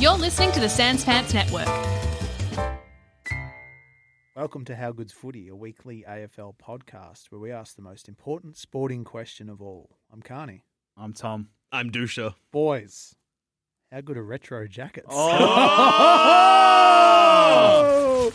You're listening to the Sans Pants Network. Welcome to How Good's Footy, a weekly AFL podcast where we ask the most important sporting question of all. I'm Carney. I'm Tom. I'm Dusha. Boys, how good are retro jackets? Oh!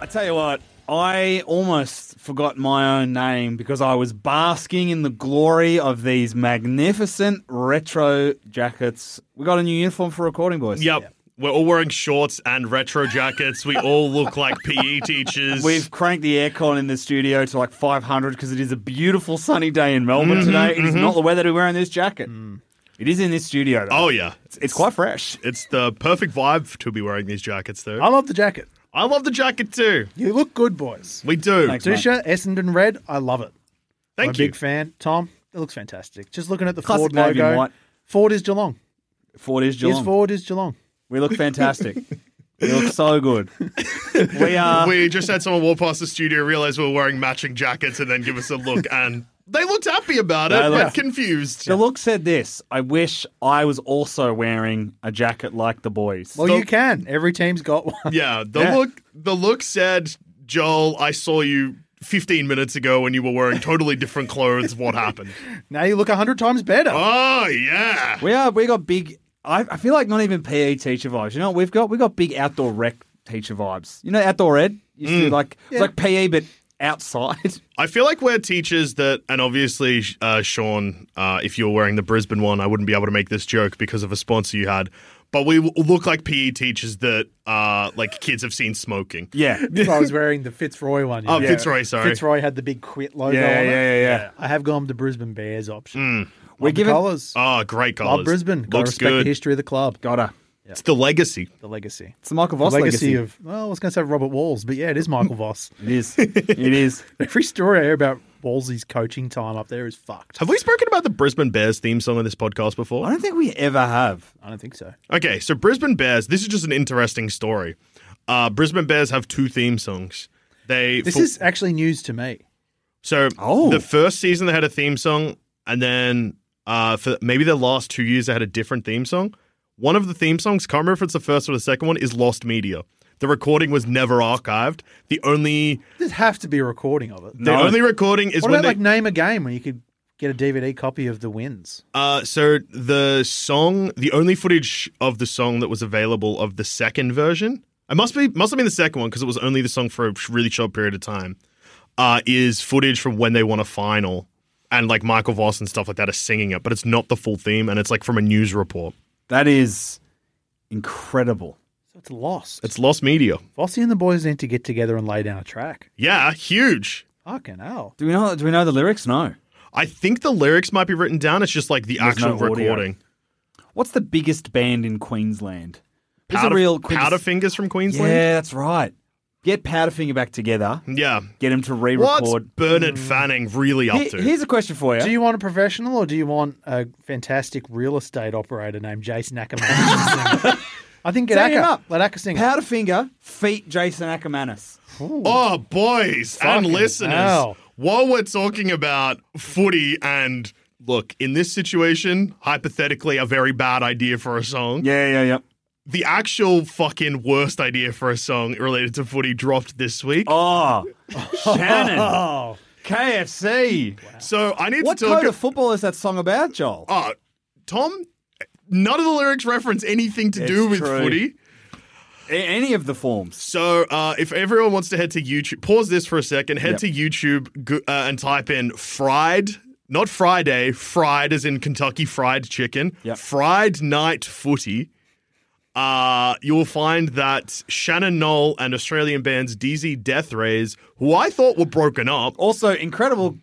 I tell you what, I almost forgot my own name because I was basking in the glory of these magnificent retro jackets. We got a new uniform for recording, boys. Yep. Oh, We're all wearing shorts and retro jackets. We all look like PE teachers. We've cranked the aircon in the studio to like 500 because it is a beautiful sunny day in Mm-hmm, Melbourne today. It is not the weather to wear in this jacket. It is in this studio, though. Mm. Oh yeah. It's, it's quite fresh. It's the perfect vibe to be wearing these jackets though. I love the jacket. I love the jacket too. You look good, boys. We do. Thanks, mate. Dusha, Essendon red, I love it. I'm Thank a you. big fan. Tom, it looks fantastic. Just looking at the Classic Ford navy and logo. white. Ford is Geelong. Ford is Is Geelong. Ford is Geelong. We look fantastic. we look so good. We are. we just had someone walk past the studio, realize we were wearing matching jackets, and then give us a look and they looked happy about it, They but looked- confused. The look said this I wish I was also wearing a jacket like the boys. Well, The- you can. Every team's got one. Yeah, the Yeah. look the look said, Joel, I saw you fifteen minutes ago when you were wearing totally different clothes. What happened? Now you look a hundred times better. Oh yeah. We are. We got big. I, I feel like not even PE teacher vibes. You know, what we've got we got big outdoor rec teacher vibes. You know, outdoor ed used to be like it's like PE but outside. I feel like we're teachers that, and obviously, uh, Sean, uh, if you were wearing the Brisbane one, I wouldn't be able to make this joke because of a sponsor you had. But we w- look like PE teachers that, uh, like kids have seen smoking. Yeah, If I was wearing the Fitzroy one. you Oh, know. Fitzroy, sorry. Fitzroy had the big quit logo Yeah, on it. yeah, yeah, yeah. I have gone with the Brisbane Bears option. We're Love the giving- colours. Oh, great colors. Love Brisbane. Got to Looks respect good. the history of the club. gotta. It's the legacy. The legacy. It's the Michael Voss the legacy, legacy. of well, I was going to say Robert Walls, but yeah, it is Michael Voss. it is. It is. Every story I hear about Wallsy's coaching time up there is fucked. Have we spoken about the Brisbane Bears theme song on this podcast before? I don't think we ever have. I don't think so. Okay, so Brisbane Bears. This is just an interesting story. Uh, Brisbane Bears have two theme songs. They This for- is actually news to me. so Oh. the first season they had a theme song, and then uh, for maybe the last two years they had a different theme song. One of the theme songs, can't remember if it's the first or the second one, is Lost Media. The recording was never archived. The only There'd have to be a recording of it. the No. only recording is what when about they, like name a game where you could get a DVD copy of the wins? Uh, so the song, the only footage of the song that was available of the second version, it must be must have been the second one because it was only the song for a sh- really short period of time. Uh, is footage from when they won a final, and like Michael Voss and stuff like that are singing it, but it's not the full theme, and it's like from a news report. That is incredible. So it's lost. It's lost media. Vossy and the boys need to get together and lay down a track. Yeah, huge. Fucking hell. Do we know? Do we know the lyrics? No. I think the lyrics might be written down. It's just like the There's actual no audio. recording. What's the biggest band in Queensland? Who's the Powder, real Powderfingers from Queensland. Yeah, that's right. Get Powderfinger back together. Yeah. Get him to What's re-record. Mm. Bernard Fanning really up He- to? here's a question for you. Do you want a professional or do you want a fantastic real estate operator named Jason Ackerman? to sing it? I think get Sign him Acker. up. Let Acker sing it. Powderfinger feat Jason Ackermanis. Oh, boys and Fucking listeners, hell. while we're talking about footy and look, in this situation, hypothetically, a very bad idea for a song. Yeah, yeah, yeah. The actual fucking worst idea for a song related to footy dropped this week. Oh, Shannon. KFC. So I need What to talk. code of football is that song about, Joel? uh, Tom, none of the lyrics reference anything to do It's with true. footy. A- any of the forms. So, uh, if everyone wants to head to YouTube, pause this for a second. Head Yep. to YouTube go, uh, and type in fried, not Friday, fried as in Kentucky Fried Chicken, Yep. fried night footy. Uh, you'll find that Shannon Knoll and Australian bands DZ Death Rays, who I thought were broken up. Also, incredible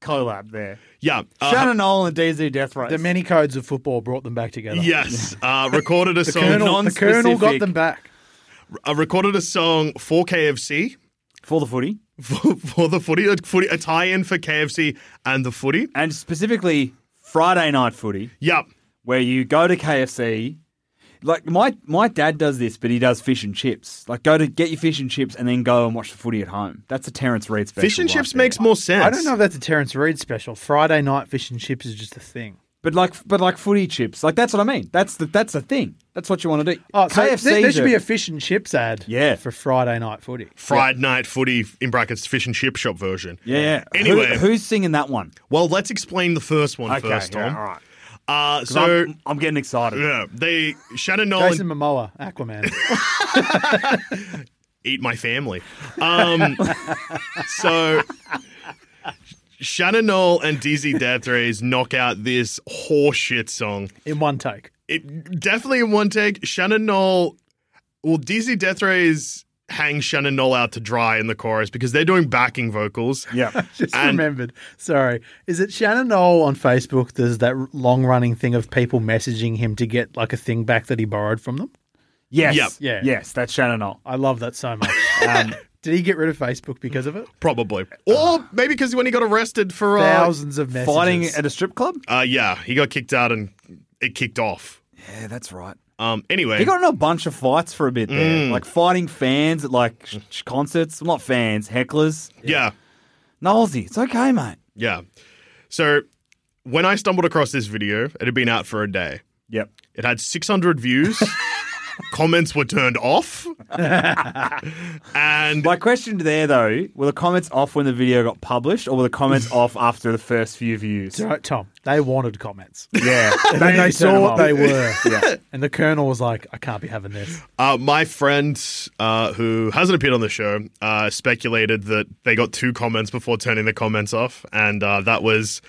collab there. Yeah. uh, Shannon Nolan and DZ Death Race. The many codes of football brought them back together. Yes. Uh, recorded a song. Colonel, the Colonel got non-specific. them back. uh, recorded a song for KFC. for the footy. For, for the footy, a, footy, a tie-in for KFC and the footy. And specifically, Friday night footy, Yep. where you go to KFC. Like my my dad does this, but he does fish and chips. Like go to get your fish and chips, and then go and watch the footy at home. That's a Terrence Reid special. Fish and right chips there. makes more sense. I don't know if that's a Terrence Reid special. Friday night fish and chips is just a thing. but like but like footy chips. Like that's what I mean. That's the that's the thing. That's what you want to do. Oh, so there- there, KFC's should be a fish and chips ad Yeah. for Friday night footy. Fried night footy in brackets fish and chip shop version. yeah. yeah. Anyway. Who- who's singing that one? Well, let's explain the first one first, yeah, Tom. all right. Uh, 'Cause so I'm, I'm getting excited. yeah, they Shannon Nolan Jason Momoa, Aquaman. eat my family. Um, so Shannon Knoll and DZ Death Rays knock out this horseshit song. in one take. It definitely in one take. Shannon Knoll, well, DZ Death Rays hang Shannon Knoll out to dry in the chorus because they're doing backing vocals. Yeah. Just And- remembered. Sorry. Is it Shannon Noel on Facebook? There's that long running thing of people messaging him to get like a thing back that he borrowed from them. Yes. Yep. Yeah. Yes. That's Shannon Knoll. I love that so much. Um, did he get rid of Facebook because of it? Probably, or maybe because when he got arrested for uh, Thousands of messages. Fighting at a strip club. Uh, yeah, he got kicked out and it kicked off. Yeah, that's right. Um, anyway, He got in a bunch of fights for a bit there, Mm. like fighting fans at like sh- sh- concerts. Well, not fans, hecklers. yeah, Nosey, it's okay, mate. yeah. So when I stumbled across this video, it had been out for a day. Yep. It had 600 views. Comments were turned off, and My question there though: Were the comments off when the video got published, or were the comments off after the first few views? Right, Tom, they wanted comments. Yeah, And then they saw what they were. were. And the Colonel was like, I can't be having this. uh, my friend uh, who hasn't appeared on the show uh, speculated that they got two comments before turning the comments off, and uh, that was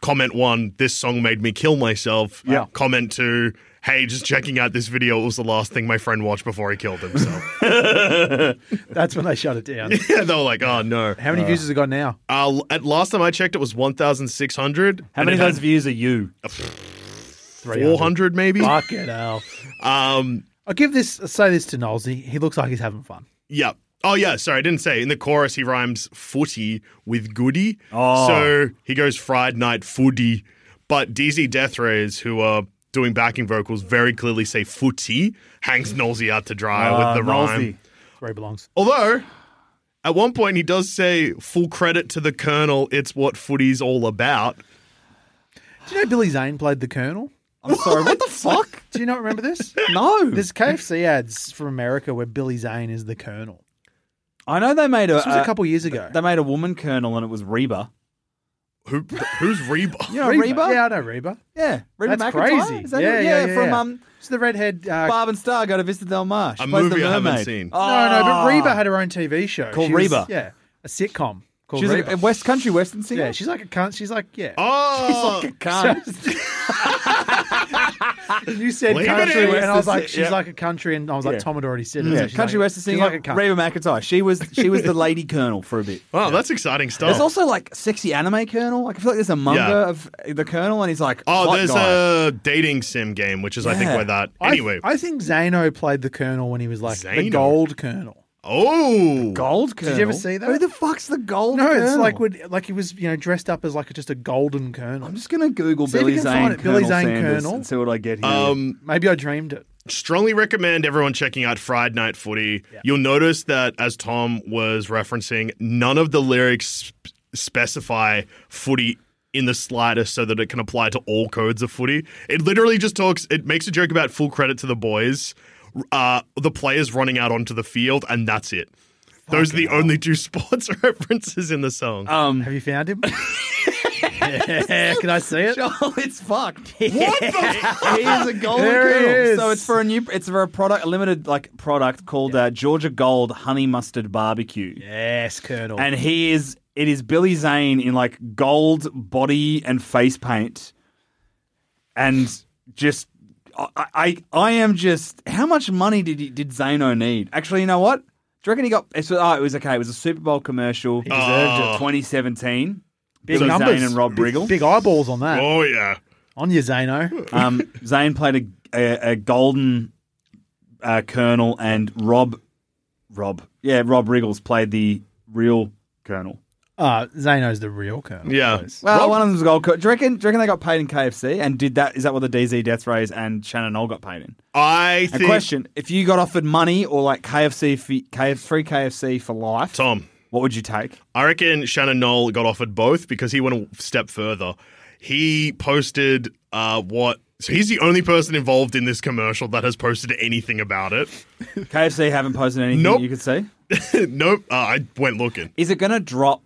comment one: "This song made me kill myself." Uh, Yeah. Comment two: "Hey, just checking out this video. It was the last thing my friend watched before he killed himself." That's when they shut it down. yeah, they were like, "Oh no." How many views has it got now? Uh, at last time I checked, it was one thousand six hundred. How many of those views are you? Four hundred, maybe. Fuck it, hell. Um, I'll give this, I'll say this to Knowlesy. He looks like he's having fun. yeah. Oh yeah, sorry, I didn't say. In the chorus, he rhymes footy with goody. Oh. So he goes fried night footy. But DZ Death Rays, who are doing backing vocals, very clearly say footy, hangs Nosey out to dry Uh, with the Nosey. rhyme. That's where he belongs. Although, at one point, he does say, full credit to the Colonel, it's what footy's all about. Do you know Billy Zane played the Colonel? I'm sorry. What the fuck? Do you not remember this? No. There's KFC ads from America where Billy Zane is the Colonel. I know they made a. This was uh, a couple years ago. They made a woman colonel, and it was Reba. Who, who's Reba? You know Reba? Yeah, I know Reba. Yeah, Reba That's McEntire? crazy. Is that yeah, it? yeah, yeah, from yeah. um, It's the redhead. Uh, Barb and Star go to visit Del Mar. She A plays movie the I haven't mermaid. seen. no, no, but Oh. Reba had her own TV show Called She was- Reba. yeah, a sitcom called She's Reba. a West Country Western singer. yeah, she's like a cunt. She's like yeah. Oh, a cunt. you said Leave it country, in. and I was like, Yeah. she's like a country, and I was like, Yeah. Tom had already said it. Yeah, So she's country like, Western she's singer. like a cunt. Reba McIntyre. She was she was the lady colonel for a bit. wow, that's exciting stuff. There's also like sexy anime colonel. Like I feel like there's a manga Oh. Yeah. of the colonel, and he's like, Oh, hot there's guy. a dating sim game, which is I think Yeah. where that. I- Anyway, I, think Zano played the Colonel when he was like the Zano? gold Colonel. Oh, Gold Colonel. Did you ever see that? Who the fuck's the Gold No, Colonel? it's like when, like he was, you know, dressed up as like just a golden colonel. I'm just gonna Google See if Billy you can Zane, find it, Billy Colonel Zane Sanders Colonel. and see what I get here. Um, Maybe I dreamed it. strongly recommend everyone checking out Friday Night Footy. You'll notice that as Tom was referencing, none of the lyrics sp- specify footy in the slightest so that it can apply to all codes of footy. It literally just talks, it makes a joke about full credit to the boys, uh, the players running out onto the field, and that's it. Those are the only two sports references in the song. Uh, Have Um, you found him? Yeah, Can I see it? Joel, oh, it's fucked. What the fuck? He is a gold There he colonel. is. So it's for a new it's for a product a limited like product called uh, Georgia Gold Honey Mustard Barbecue. Yes, Colonel. And he is it is Billy Zane in like gold body and face paint. And just I I, I am just how much money did he, did Zano need? Actually, you know what? Do you reckon he got it's, oh, it was okay, it was a Super Bowl commercial. Oh. He deserved it. 2017. Big Billy numbers. Zane and Rob Riggle. Big eyeballs on that. oh, yeah. On you, Zano. Um, Zane played a, a, a golden uh, colonel, and Rob, Rob, yeah, Rob Riggles played the real colonel. Uh, Zano's the real Colonel. Yeah. Well, Rob- one of them's a gold. Co- do you reckon? Do you reckon they got paid in KFC? And did that? Is that what the DZ Death Rays and Shannon Knoll got paid in? I And think. question: If you got offered money or like KFC, for, K free KFC for life, Tom. what would you take? I reckon Shannon Knoll got offered both because he went a step further. He posted uh, what. So he's the only person involved in this commercial that has posted anything about it. KFC haven't posted anything Nope. you could see. nope, uh, I went looking. Is it going to drop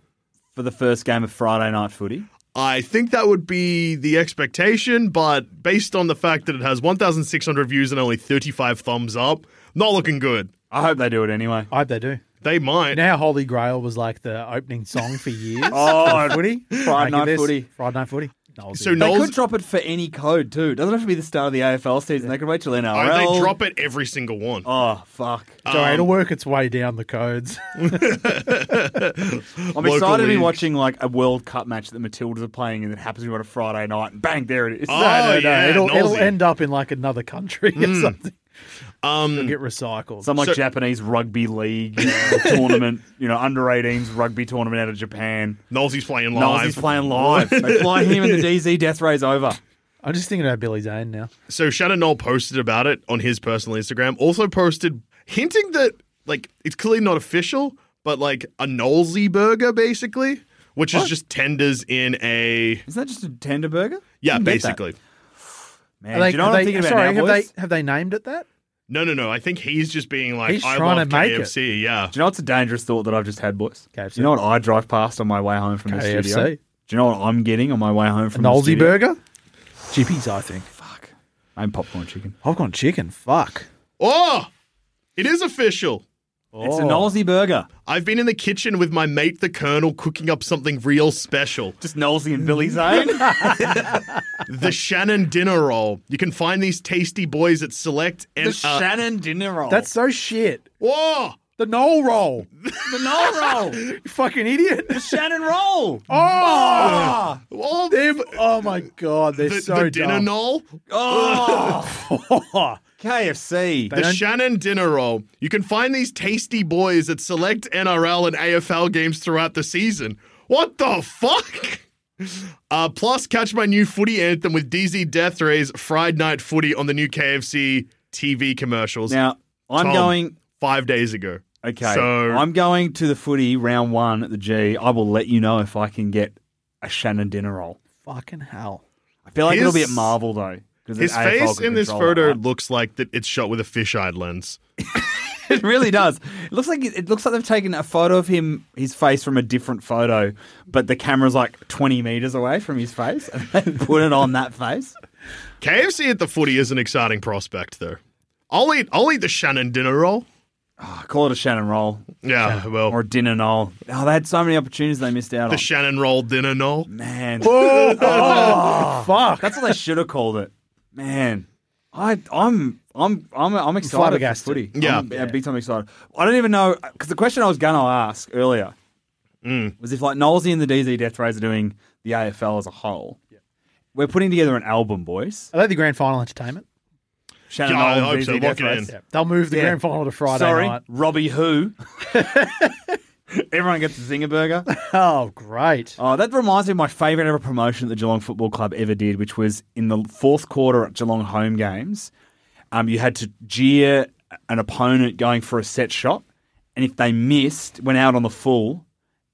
for the first game of Friday Night Footy? I think that would be the expectation, but based on the fact that it has 1,600 views and only 35 thumbs up, not looking good. I hope they do it anyway. I hope they do. They might. You know how Holy Grail was like the opening song for years? Oh, For footy? Friday Make it Night this. Footy. Friday Night Footy. Knowles so it. They Knoll's. could drop it for any code too. It doesn't have to be the start of the AFL season. They could wait till NRL. oh, they drop it every single one. Oh fuck! So it'll um, work its way down the codes. I'm excited to be locally- watching like a World Cup match that Matildas are playing, and it happens to be on a Friday night. And bang, there it is. Oh, yeah, it'll, it'll Knowlesy. end up in like another country or something. It'll get recycled. Hmm. Um, Some like So- Japanese rugby league uh, tournament, you know, under 18s rugby tournament out of Japan. Knowles' playing Niles live. is playing live. they fly him and the DZ death rays over. I'm just thinking about Billy Zane now. So Shannon Knoll posted about it on his personal Instagram. Also posted hinting that like it's clearly not official, but like a Knowlesy burger basically, which is just tenders in a Isn't that just a tender burger? yeah, Didn't get that. basically. Man, Are they- do you know are what I'm they- thinking about sorry, now, have boys? they have they named it that? No, no, no. I think he's just being like, He's I trying love to make it. KFC. Yeah, Do you know what's a dangerous thought that I've just had, boys? KFC. Do you know what I drive past on my way home from the KFC. studio? Do you know what I'm getting on my way home from the Knowlesy studio? burger? Jippies, I think. Fuck. I'm popcorn chicken. I've gone chicken. Fuck. oh, it is official. It's a Knowlesy burger. I've been in the kitchen with my mate, the Colonel, cooking up something real special. Just Knowlesy and Billy Zane. The Shannon Dinner Roll. You can find these tasty boys at Select and uh, the Shannon dinner roll. Oh. That's so shit. Whoa! The Knoll roll. the Knoll roll. You fucking idiot. the Shannon roll. Oh, Oh, All them. Oh my god, they're the, so the dinner dumb. Oh. knoll, KFC. the Shannon dinner roll. You can find these tasty boys at select NRL and AFL games throughout the season. What the fuck? Uh, plus, catch my new footy anthem with DZ Death Rays Friday Night Footy on the new KFC TV commercials. now, I'm Tom, going. five days ago. Okay. so I'm going to the footy round one at the G. I will let you know if I can get a Shannon dinner roll. Fucking hell. I feel like His- it'll be at Marvel, though. 'cause the his AFL face could in this control photo that. looks like that it's shot with a fisheye lens. It really does. It looks like it looks like they've taken a photo of him, his face from a different photo, but the camera's like twenty meters away from his face, and they put it on that face. KFC at the footy is an exciting prospect, though. I'll eat. I'll eat the Shannon dinner roll. I call it a Shannon roll Yeah, well, or a dinner knoll. Oh, they had so many opportunities they missed out the on. Shannon roll dinner knoll. Man, Fuck. that's what they should have called it. Man, I, I'm, I'm, I'm, I'm excited for flabbergasted. footy. Yeah. I'm, big time excited. I don't even know because the question I was gonna ask earlier Mm. was if like Knowlesy and the DZ Death Rays are doing the AFL as a whole. We're putting together an album, boys. Are they the grand final entertainment? Shannon Yeah, I Nolan, hope VZ so. Lock Death it Race. in. Yeah. They'll move the Yeah. grand final to Friday Sorry, night. Robbie Who. Everyone gets a Zinger Burger. Oh, great. Oh, that reminds me of my favourite ever promotion that the Geelong Football Club ever did, which was in the fourth quarter at Geelong home games. Um, you had to jeer an opponent going for a set shot, and if they missed, went out on the full,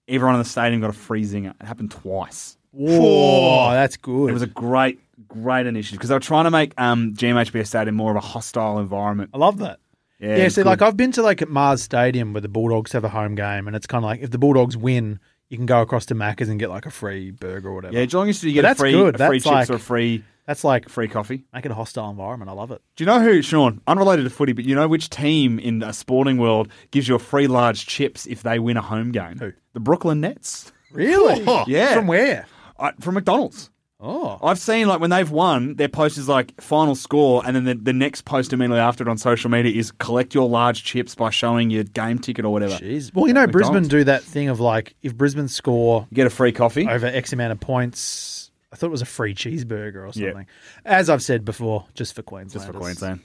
everyone in the stadium got a free zinger. It happened twice. Whoa, that's good. It was a great, great initiative because they were trying to make um, GMHBS Stadium more of a hostile environment. I love that. Yeah, Yeah, it's so good. like I've been to like at Mars Stadium where the Bulldogs have a home game, and it's kind of like if the Bulldogs win, you can go across to Macca's and get like a free burger or whatever. Yeah, Geelong used to get But a that's free, good. a free That's chips like- or a free, that's like free coffee. make it a hostile environment. I love it. Do you know who, Sean? Unrelated to footy, but you know which team in a sporting world gives you a free large chips if they win a home game? Who? The Brooklyn Nets. Really? Yeah. From where? I, from McDonald's. Oh, I've seen like when they've won, their post is like final score, and then the, the next post immediately after it on social media is collect your large chips by showing your game ticket or whatever. jeez. Well, you know, McDonald's. Brisbane do that thing of like if Brisbane score You get a free coffee. over X amount of points. I thought it was a free cheeseburger or Yeah. something. As I've said before, just for Queensland. Just for Queensland.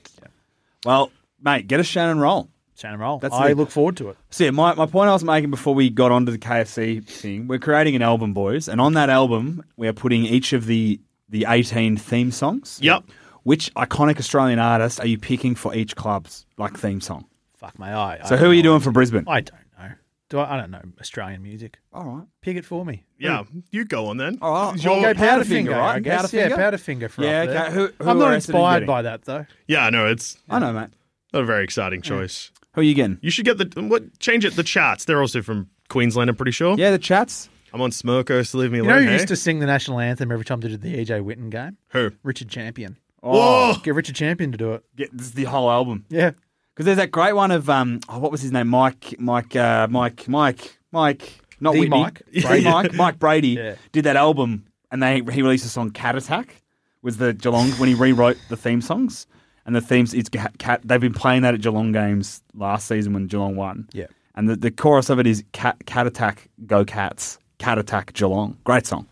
Well, mate, get a Shannon roll. Shannon Roll. That's I the- look forward to it. So yeah, my, my point I was making before we got onto the KFC thing, we're creating an album, boys, and on that album we are putting each of the the eighteen theme songs. Yep. Which iconic Australian artist are you picking for each club's like theme song? Fuck my eye. So who are you doing for Brisbane? I don't know. Do I, I don't know Australian music. All right. Pick it for me. Yeah, you go on then. All right. It's Well, your- go Powderfinger, Powderfinger, right? I guess. Yeah, Powderfinger for Yeah, up there. okay. Who- who I'm are not Essendon inspired getting? by that though. yeah, I know. It's I know, mate. not a very exciting choice. Who are you getting? You should get the what? Change it. The charts. They're also from Queensland. I'm pretty sure. Yeah, the chats. I'm on Smirko, so leave me You know alone. who hey? used to sing the national anthem every time they did the EJ Witten game? Who? Richard Champion. Whoa! Oh! Get Richard Champion to do it. Get, this is the whole album. Yeah. Because there's that great one of um, oh, what was his name? Mike, Mike, uh, Mike, Mike, Mike, not The Whitney. Mike The Brady. Mike, Mike Brady Yeah. did that album, and they he released a song Cat Attack was the Geelong when he rewrote the theme songs and the themes. It's ca- cat. They've been playing that at Geelong games last season when Geelong won. Yeah. and the, the chorus of it is Cat Cat Attack Go Cats Cat Attack Geelong. Great song.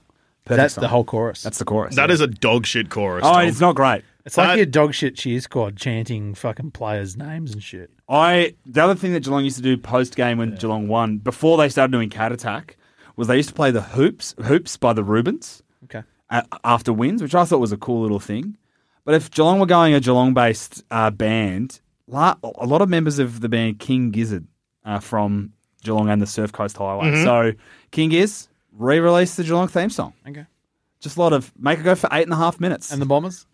Perfect That's song. the whole chorus. That's the chorus. That yeah. is a dog shit chorus. Oh, Tom. it's not great. it's like that- your dog shit cheer squad chanting fucking players' names and shit. I the other thing that Geelong used to do post game when Geelong won before they started doing Cat Attack was they used to play the hoops hoops by the Rubens Okay. a after wins, which I thought was a cool little thing. But if Geelong were going a Geelong based uh, band, la- a lot of members of the band King Gizzard are from Geelong and the Surf Coast Highway. Mm-hmm. So King Giz re released the Geelong theme song. Okay. Just a lot of make it go for eight and a half minutes. And the bombers?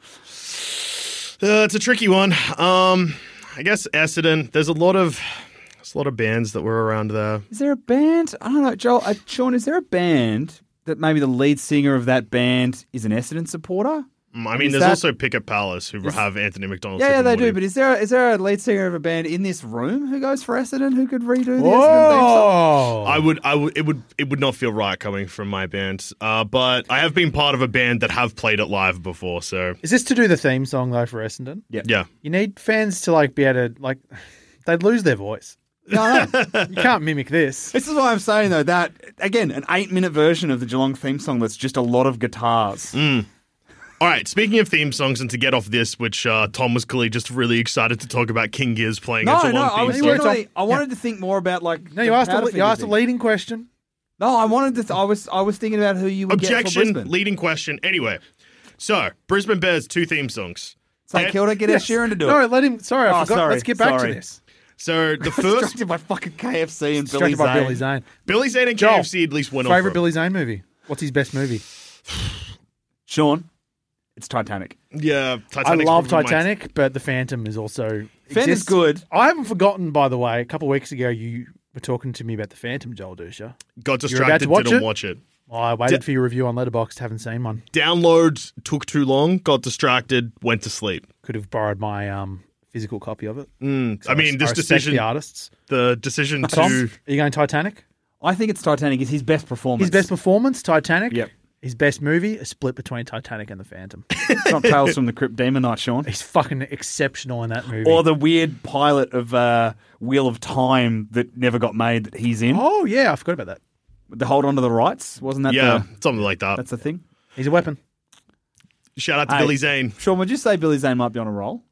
Uh, it's a tricky one. Um, I guess Essendon. There's a lot of there's a lot of bands that were around there. Is there a band? I don't know, Joel. Uh, Sean, is there a band that maybe the lead singer of that band is an Essendon supporter? Mm, I mean, Is there's that- also Picket Palace who have Anthony McDonald. Yeah, yeah, Tip and they do. But Woody. is there is there a lead singer of a band in this room who goes for Essendon who could redo the Essendon theme song? Whoa. I would, I would, it would, it would not feel right coming from my band. Uh, but I have been part of a band that have played it live before, so Is this to do the theme song though for Essendon? yeah. You need fans to like be able to like they'd lose their voice. No, no. You can't mimic this. this is why I'm saying though that again an eight minute version of the Geelong theme song that's just a lot of guitars. Mm, All right. Speaking of theme songs, and to get off this, which uh, Tom was clearly just really excited to talk about King Gears playing. No, it's a no, long I theme was song. generally, I wanted to think more about like. No, you the asked a, Powderfinger you asked a thing. leading question. No, I wanted to. Th- I was I was thinking about who you would get for Objection. Brisbane. Leading question. Anyway, so Brisbane Bears two theme songs. Eh, St Kilda, get Yes. Ed Sheeran to do it. No, let him. Sorry, I Oh, forgot. sorry, Let's get back sorry. to this. So the first distracted by fucking KFC and Billy Distracted by Zane. Billy Zane. Billy Zane and Joel, KFC at least went Favorite off. Billy Zane movie? What's his best movie? Sean, it's Titanic. Yeah, I Titanic's love probably my- Titanic, but The Phantom is also Phantom's exists. good. I haven't forgotten, by the way. A couple of weeks ago, you were talking to me about The Phantom, Joel Dusha. Got You're about distracted. to watch didn't it? watch it. I waited D- for your review on Letterboxd. Haven't seen one. Downloads took too long. Got distracted. Went to sleep. Could have borrowed my um, physical copy of it. Mm, I mean, I this respect decision, The the, artists. decision Tom, to. are you going Titanic? I think it's Titanic. It's his best performance. His best performance, Titanic. Yep. His best movie, a split between Titanic and The Phantom. It's not Tales from the Crypt Demon Night, Sean. He's fucking exceptional in that movie. Or the weird pilot of uh, Wheel of Time that never got made that he's in. oh yeah, I forgot about that. The Hold On to the Rights. Wasn't that Yeah, the, something like that. that's the thing? He's a weapon. Shout out to Hey. Billy Zane. Sean, would you say Billy Zane might be on a roll?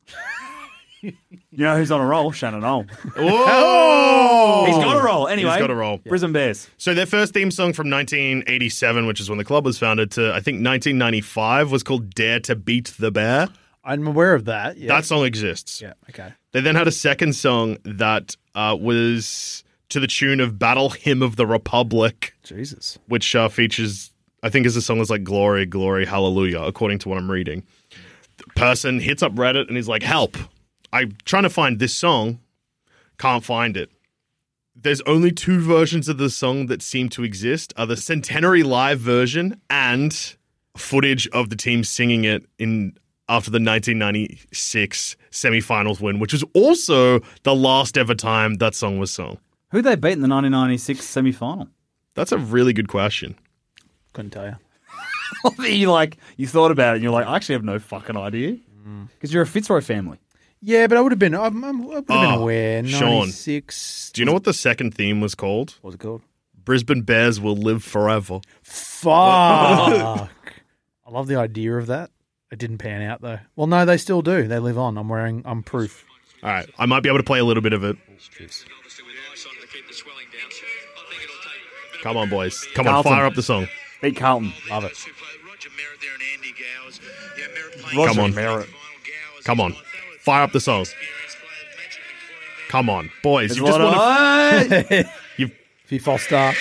You know who's on a roll? Shannon Owl. Whoa! He's got a roll. Anyway, got a roll. Brisbane Bears. So their first theme song from 1987, which is when the club was founded, to I think 1995 was called "Dare to Beat the Bear." I'm aware of that. Yeah. That song exists. yeah. Okay. They then had a second song that uh, was to the tune of "Battle Hymn of the Republic," Jesus. which uh, features, I think, is a song that's like "Glory, Glory, Hallelujah," according to what I'm reading. The person hits up Reddit and he's like, "Help! I'm trying to find this song, can't find it." There's only two versions of the song that seem to exist: are the Centenary Live version and footage of the team singing it in after the 1996 semifinals win, which was also the last ever time that song was sung. Who they beat in the 1996 semi-final? That's a really good question. Couldn't tell you. you like you thought about it, and you're like, I actually have no fucking idea because you're a Fitzroy family. Yeah, but I would have been. I'm, I'm, I would have Ah, been Oh, aware. Sean. 96. Do you know what the second theme was called? What was it called? Brisbane Bears will live forever. Fuck. I love the idea of that. It didn't pan out though. Well, no, they still do. They live on. I'm wearing. I'm proof. All right, I might be able to play a little bit of it. Come on, boys. Come on, Carlton. fire up the song. Beat Carlton. Love it. Come on. Come on. Fire up the song. Come on, boys. There's You a just lot want to. of- If you false starts,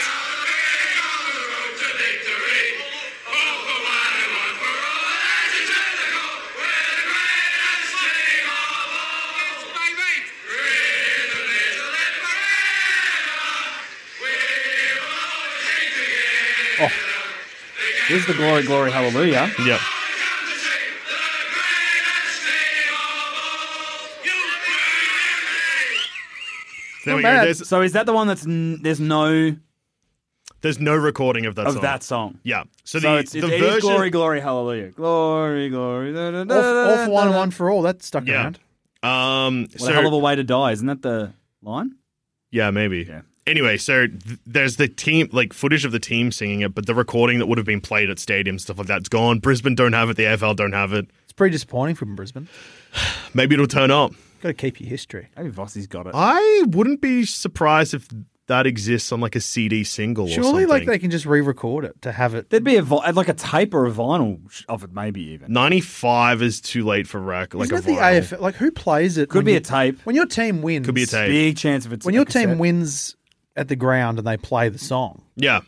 Here's the glory, glory, hallelujah. Yeah. There we go. There's, So is that the one that's n- there's no there's no recording of that of song. that song? Yeah. So, So the, it's, it's the it is version. glory, glory, hallelujah, glory, glory. Da, da, da, all, all da, for one, da, da. one for all. That stuck Yeah. around. Um, What so- a hell of a way to die, isn't that the line? Yeah, maybe. Yeah. Anyway, so th- there's the team, like footage of the team singing it, but the recording that would have been played at stadiums, stuff like that's gone. Brisbane don't have it. The AFL don't have it. It's pretty disappointing from Brisbane. Maybe it'll turn up. Got to keep your history. Maybe Vossi's got Uh, it. I wouldn't be surprised if that exists on like a CD single or Surely, something. like they can just re-record it to have it. There'd be a vi- like a tape or a vinyl sh- of it, maybe even. 95 is too late for rec. Like Isn't a it the vinyl. AFL? Like who plays it? Could when be you- a tape. When your team wins, Could be a tape. Big chance of it's When a your team cassette. wins at the ground and they play the song, Yeah.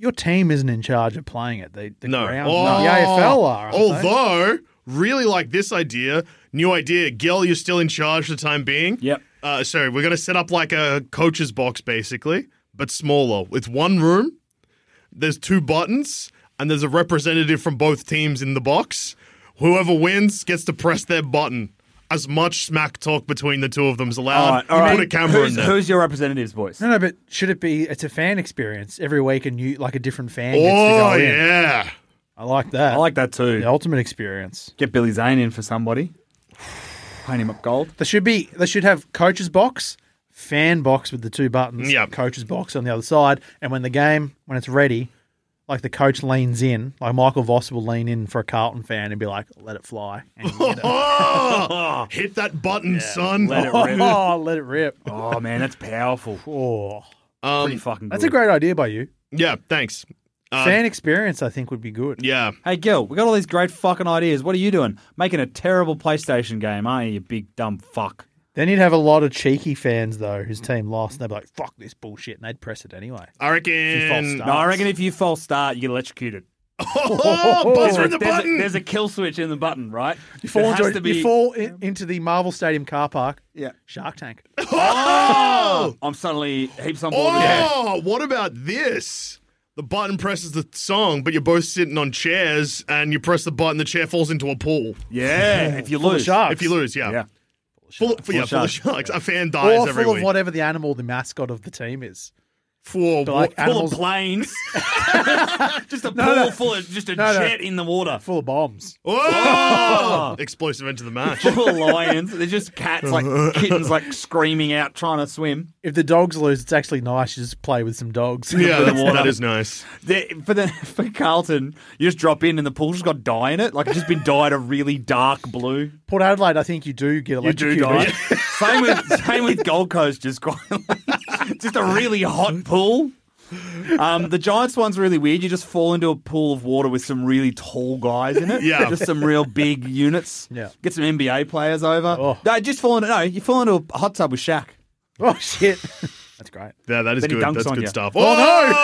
your team isn't in charge of playing it. They the No. ground, Oh. the AFL are. aren't they? Although, really like this idea. New idea. Gil, you're still in charge for the time being. Yep. Uh, so we're going to set up like a coach's box, basically, but smaller. It's one room. There's two buttons, and there's a representative from both teams in the box. Whoever wins gets to press their button. As much smack talk between the two of them is allowed. All right, all Um, you right. put a camera who's, in there. who's your representatives, boys? No, no, but should it be? It's a fan experience every week, and you like a different fan. gets to Oh go in. yeah. I like that. I like that too. the ultimate experience. Get Billy Zane in for somebody. Paint him up gold. There should be. They should have coaches box, fan box with the two buttons. Yep. coaches box on the other side, and when the game when it's ready, like the coach leans in, like Michael Voss will lean in for a Carlton fan and be like, "Let it fly." And you get it. Oh, hit that button, son. let it rip. oh, let it rip. Oh man, that's powerful. Oh, Pretty fucking. that's a good. great idea by you. Yeah, thanks. Uh, fan experience, I think, would be good. Yeah. Hey Gil, we got all these great fucking ideas. What are you doing? Making a terrible PlayStation game, aren't you? You big dumb fuck. Then you'd have a lot of cheeky fans though, whose team lost, and they'd be like, "Fuck this bullshit," and they'd press it anyway. I Few false reckon. starts. No, I reckon if you false start, you get electrocuted. Oh, buzzer in the there's, button. A, there's a kill switch in the button, right? You fall, It has into, to it- be- you fall in, into the Marvel Stadium car park. Yeah. Shark Tank. Oh! I'm suddenly heaps on board. with that. Oh, what about this? The button presses the song, but you're both sitting on chairs, and you press the button, the chair falls into a pool. Yeah, if you lose. sharks. If you lose, yeah. Yeah. Full, full, yeah, full of sharks. sharks. A fan Or dies full every of week. whatever the animal, the mascot of the team is. for But, what? like, Full animals of planes. just a pool full of just a No, no. jet in the water. full of bombs. Whoa! Explosive end to the match. Full of lions. They're just cats, like kittens, like screaming out trying to swim. If the dogs lose, it's actually nice. You just play with some dogs. yeah, that's, water. that is nice. They- for the for Carlton, you just drop in and the pool's just got dye in it. Like it's just been dyed a really dark blue. Port Adelaide, I think you do get You do electrocuted. dye. same with same with Gold Coast, just quite just a really hot pool. Um, the Giants one's really weird. You just fall into a pool of water with some really tall guys in it. Yeah. Just some real big units. Yeah. Get some NBA players over. Oh. No, just fall into no, you fall into a hot tub with Shaq. Oh shit, that's great. Yeah, that is Then he good. dunks That's on good you. stuff. Oh,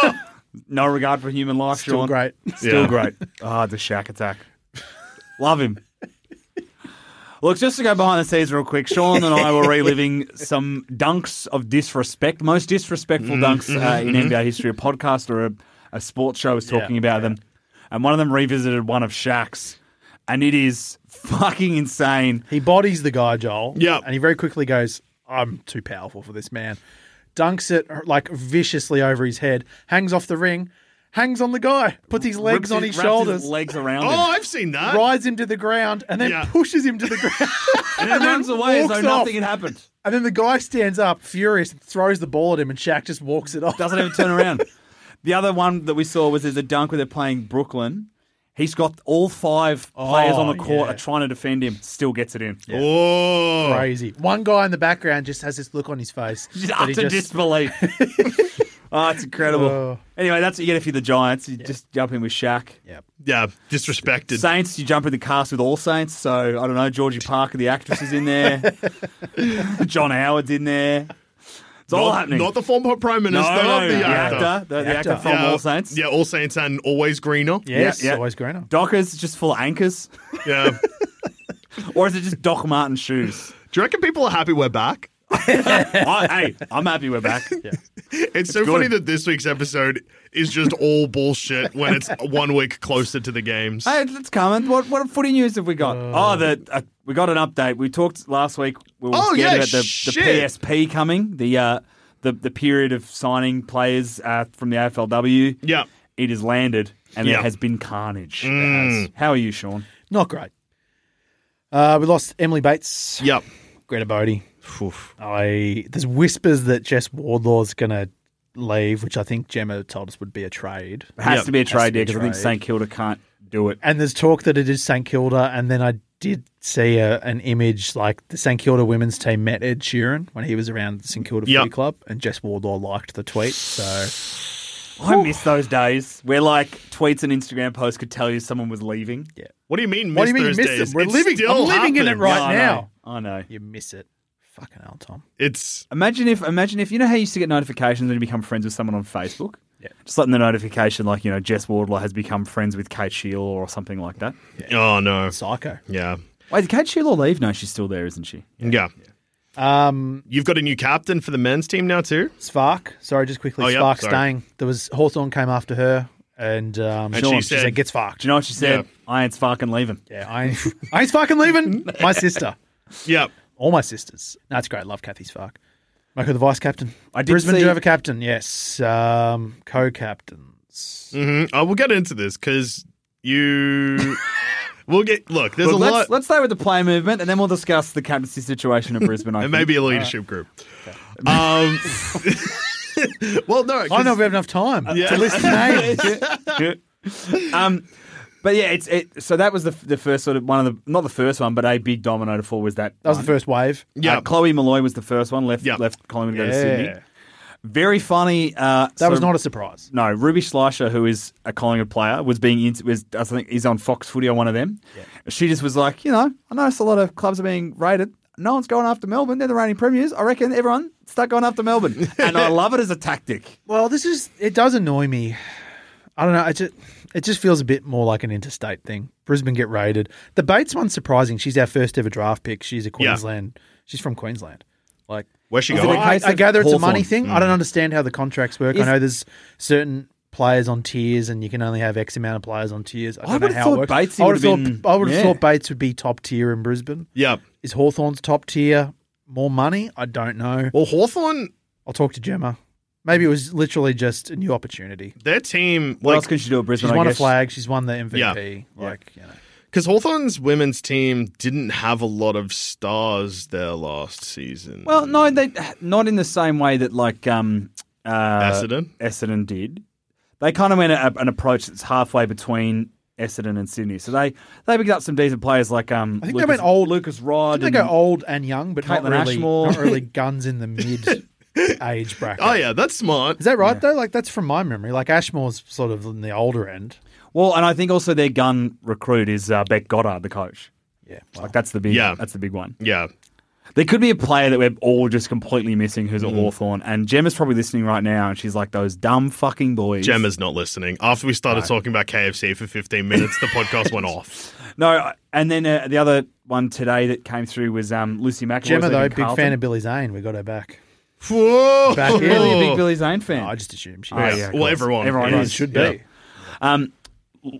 Oh, no! No regard for human life, Still Sean. great. Still Yeah. great. Ah, the Shaq attack. Love him. Look, just to go behind the scenes real quick, Sean and I were reliving some dunks of disrespect, most disrespectful dunks uh, in NBA history. A podcast or a, a sports show was talking about them, and one of them revisited one of Shaq's, and it is fucking insane. He bodies the guy, Joel. Yeah. And he very quickly goes, I'm too powerful for this man. Dunks it like viciously over his head, hangs off the ring, hangs on the guy, puts his legs Rips on his- his, wraps shoulders, legs around him. Oh, I've seen that. rides him to the ground, and then Yeah. pushes him to the ground. and then runs away as though walks nothing off. had happened. and then the guy stands up, furious, throws the ball at him, and Shaq just walks it off. doesn't even turn around. The other one that we saw was there's a dunk where they're playing Brooklyn. He's got all five players on the court yeah. are trying to defend him. Still gets it in. Oh, Crazy. One guy in the background just has this look on his face. Just that utter he just- disbelief. oh, it's incredible. Oh. Anyway, that's what you get if you're the Giants. You just jump in with Shaq. yeah, disrespected. Saints, you jump in the cast with all Saints. So I don't know. Georgie Parker, the actress, is in there. John Howard's in there. It's all not, happening. not the former prime no, minister, no, the, the actor. actor, the, the The actor. actor. from Yeah. All Saints. Yeah, All Saints and always greener. Yes, Yeah, yeah. always greener. Dockers just full of anchors. Yeah. Or is it just Doc Martin shoes? Do you reckon people are happy we're back? I, hey, I'm happy we're back. It's, so funny that this week's episode is just all bullshit when it's one week closer to the games. Hey, let's comment. What what footy news have we got? oh, the uh, we got an update. We talked last week. We were Oh, scared yeah, about the, the shit. PSP coming. The uh, the the period of signing players uh, from the AFLW. Yeah. it has landed, and Yeah. there has been carnage. It has. How are you, Sean? Not great. Uh, we lost Emily Bates, Yep. Greta Bodie. Oof. I there's whispers that Jess Wardlaw's gonna leave, which I think Gemma told us would be a trade. It has Yep. to be a trade be there a because I think trade. St Kilda can't do it. And there's talk that it is St Kilda, and then I did see a, an image like the St Kilda women's team met Ed Sheeran when he was around the St Kilda Yep. Footy Club, and Jess Wardlaw liked the tweet. So I miss those days where like tweets and Instagram posts could tell you someone was leaving. Yeah, What do you mean, What do you mean you Miss missed Thursdays? it? We're It's living- still I'm living in it happening. right I know. now. I know. you miss it, fucking hell, Tom. It's Imagine if, imagine if you know how you used to get notifications when you become friends with someone on Facebook. Yeah, just letting the notification like you know Jess Wardlaw has become friends with Kate Sheil or something like that. oh no. Psycho. Yeah. Wait, did Kate Sheil leave? No, she's still there, isn't she? yeah, Um, You've got a new captain for the men's team now too. Spark. Sorry, just quickly. Oh, yep, Spark sorry. staying. There was Hawthorne came after her, and um, And she she said- said, "Get Do sparked." you know what she said? Yeah. I ain't fucking leaving. Yeah, I ain't, I ain't fucking leaving. My sister. Yep. All my sisters. No, it's great. Love Kathy Spark. Michael, the vice captain. I did Brisbane see- Dover captain, yes. Um, Co captains. hmm I will get into this because you. we'll get look. There's Look, a let's, lot. let's stay with the player movement, and then we'll discuss the captaincy situation in Brisbane. I and think. maybe a leadership group. Um, well, no. I don't 'cause- know if we have enough time to list the names. um, but yeah, it's it, so that was the the first sort of one of the not the first one, but a big domino to fall was that. That was the first wave. Yeah. Uh, Chloe Malloy was the first one. Left Yeah. left Collingwood to go to Yeah. Sydney. Very funny. Uh, That was not a surprise. no. Ruby Schleicher, who is a Collingwood player, was being in, was I think is on Fox Footy on one of them. She just was like, you know, I noticed a lot of clubs are being raided. No one's going after Melbourne. They're the reigning premiers. I reckon everyone start going after Melbourne, and I love it as a tactic. Well, this is it does annoy me. I don't know. It just it just feels a bit more like an interstate thing. Brisbane get raided. The Bates one's surprising. She's our first ever draft pick. She's a Queensland. She's from Queensland. Like Where's she Is it going? a I, case "Oh, I of gather it's a Hawthorn? money thing. I don't understand how the contracts work. Is- I know there's certain players on tiers, and you can only have X amount of players on tiers. I don't know would've how thought it works. Batesy I would've would've thought been- I would have yeah. thought Bates would be top tier in Brisbane. yeah. Is Hawthorn's top tier more money? I don't know. Well, Hawthorn. I'll talk to Gemma. Maybe it was literally just a new opportunity. Their team, What like, else could she do at Brisbane? She's I won a guess? flag. She's won the MVP. Yeah. Like, you know. Because Hawthorn's women's team didn't have a lot of stars there last season. Well, no, they not in the same way that like um, uh, Essendon? Essendon did. They kind of went a, an approach that's halfway between Essendon and Sydney. So they they picked up some decent players like um. I think Lucas, they went old. Lucas Rod. Didn't they go and- old and young, but not Caitlin really, Ashmore. not really guns in the mid age bracket. oh yeah, that's smart. Is that right though? Like that's from my memory. Like Ashmore's sort of in the older end. Well, and I think also their gun recruit is uh, Beck Goddard, the coach. Yeah. Like that's the big, Yeah. that's the big one. yeah, There could be a player that we're all just completely missing who's Mm. at Hawthorn, and Gemma's probably listening right now, and she's like, "Those dumb fucking boys." Gemma's not listening. After we started talking about KFC for 15 minutes, the podcast went off. No, and then uh, the other one today that came through was um, Lucy McElroy. Gemma though, big fan of Billy Zane. We got her back. Whoa! Back in. Really a big Billy Zane fan. No, I just assumed she. Oh, was. yeah, of Well, course. everyone everyone is. is. should be. Yeah. Um,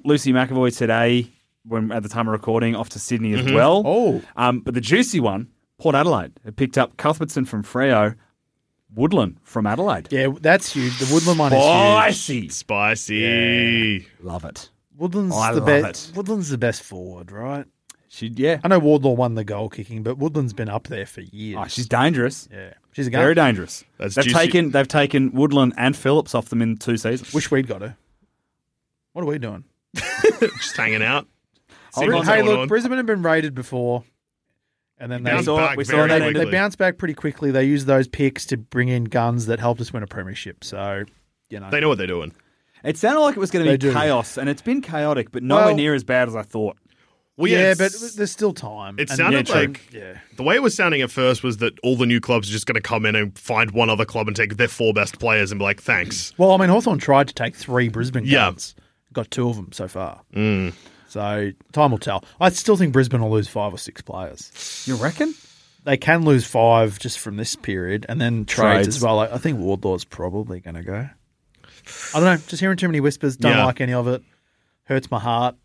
Lucy McAvoy today, when at the time of recording, off to Sydney as well. Oh. um, but the juicy one, Port Adelaide, it picked up Cuthbertson from Freo, Woodland from Adelaide. Yeah, that's huge. The Woodland one Oh, is huge. Spicy, Spicy. love it. Woodland's I the love best. it. Woodland's the best forward, right? She, yeah, I know Wardlaw won the goal kicking, but Woodland's been up there for years. oh, she's dangerous. yeah, she's a gun. Very dangerous. That's they've juicy. taken they've taken Woodland and Phillips off them in two seasons. Wish we'd got her. What are we doing? Just hanging out. See Hold what's hey, going look, on. Brisbane have been raided before, and then they Bounce saw- back we saw very that they quickly. bounced back pretty quickly. They used those picks to bring in guns that helped us win a premiership. So you know, They know what they're doing. It sounded like it was going to They be do. chaos, and it's been chaotic, but nowhere Well- near as bad as I thought. Well, yeah, it's- but there's still time. It And- sounded yeah, true. like Yeah. the way it was sounding at first was that all the new clubs are just going to come in and find one other club and take their four best players and be like, thanks. Well, I mean, Hawthorn tried to take three Brisbane Yeah. Mm. guns. Got two of them so far. So time will tell. I still think Brisbane will lose five or six players. You reckon? They can lose five just from this period and then trades, Trades. as well. Like, I think Wardlaw's probably going to go. I don't know. Just hearing too many whispers. Don't Yeah. like any of it. Hurts my heart.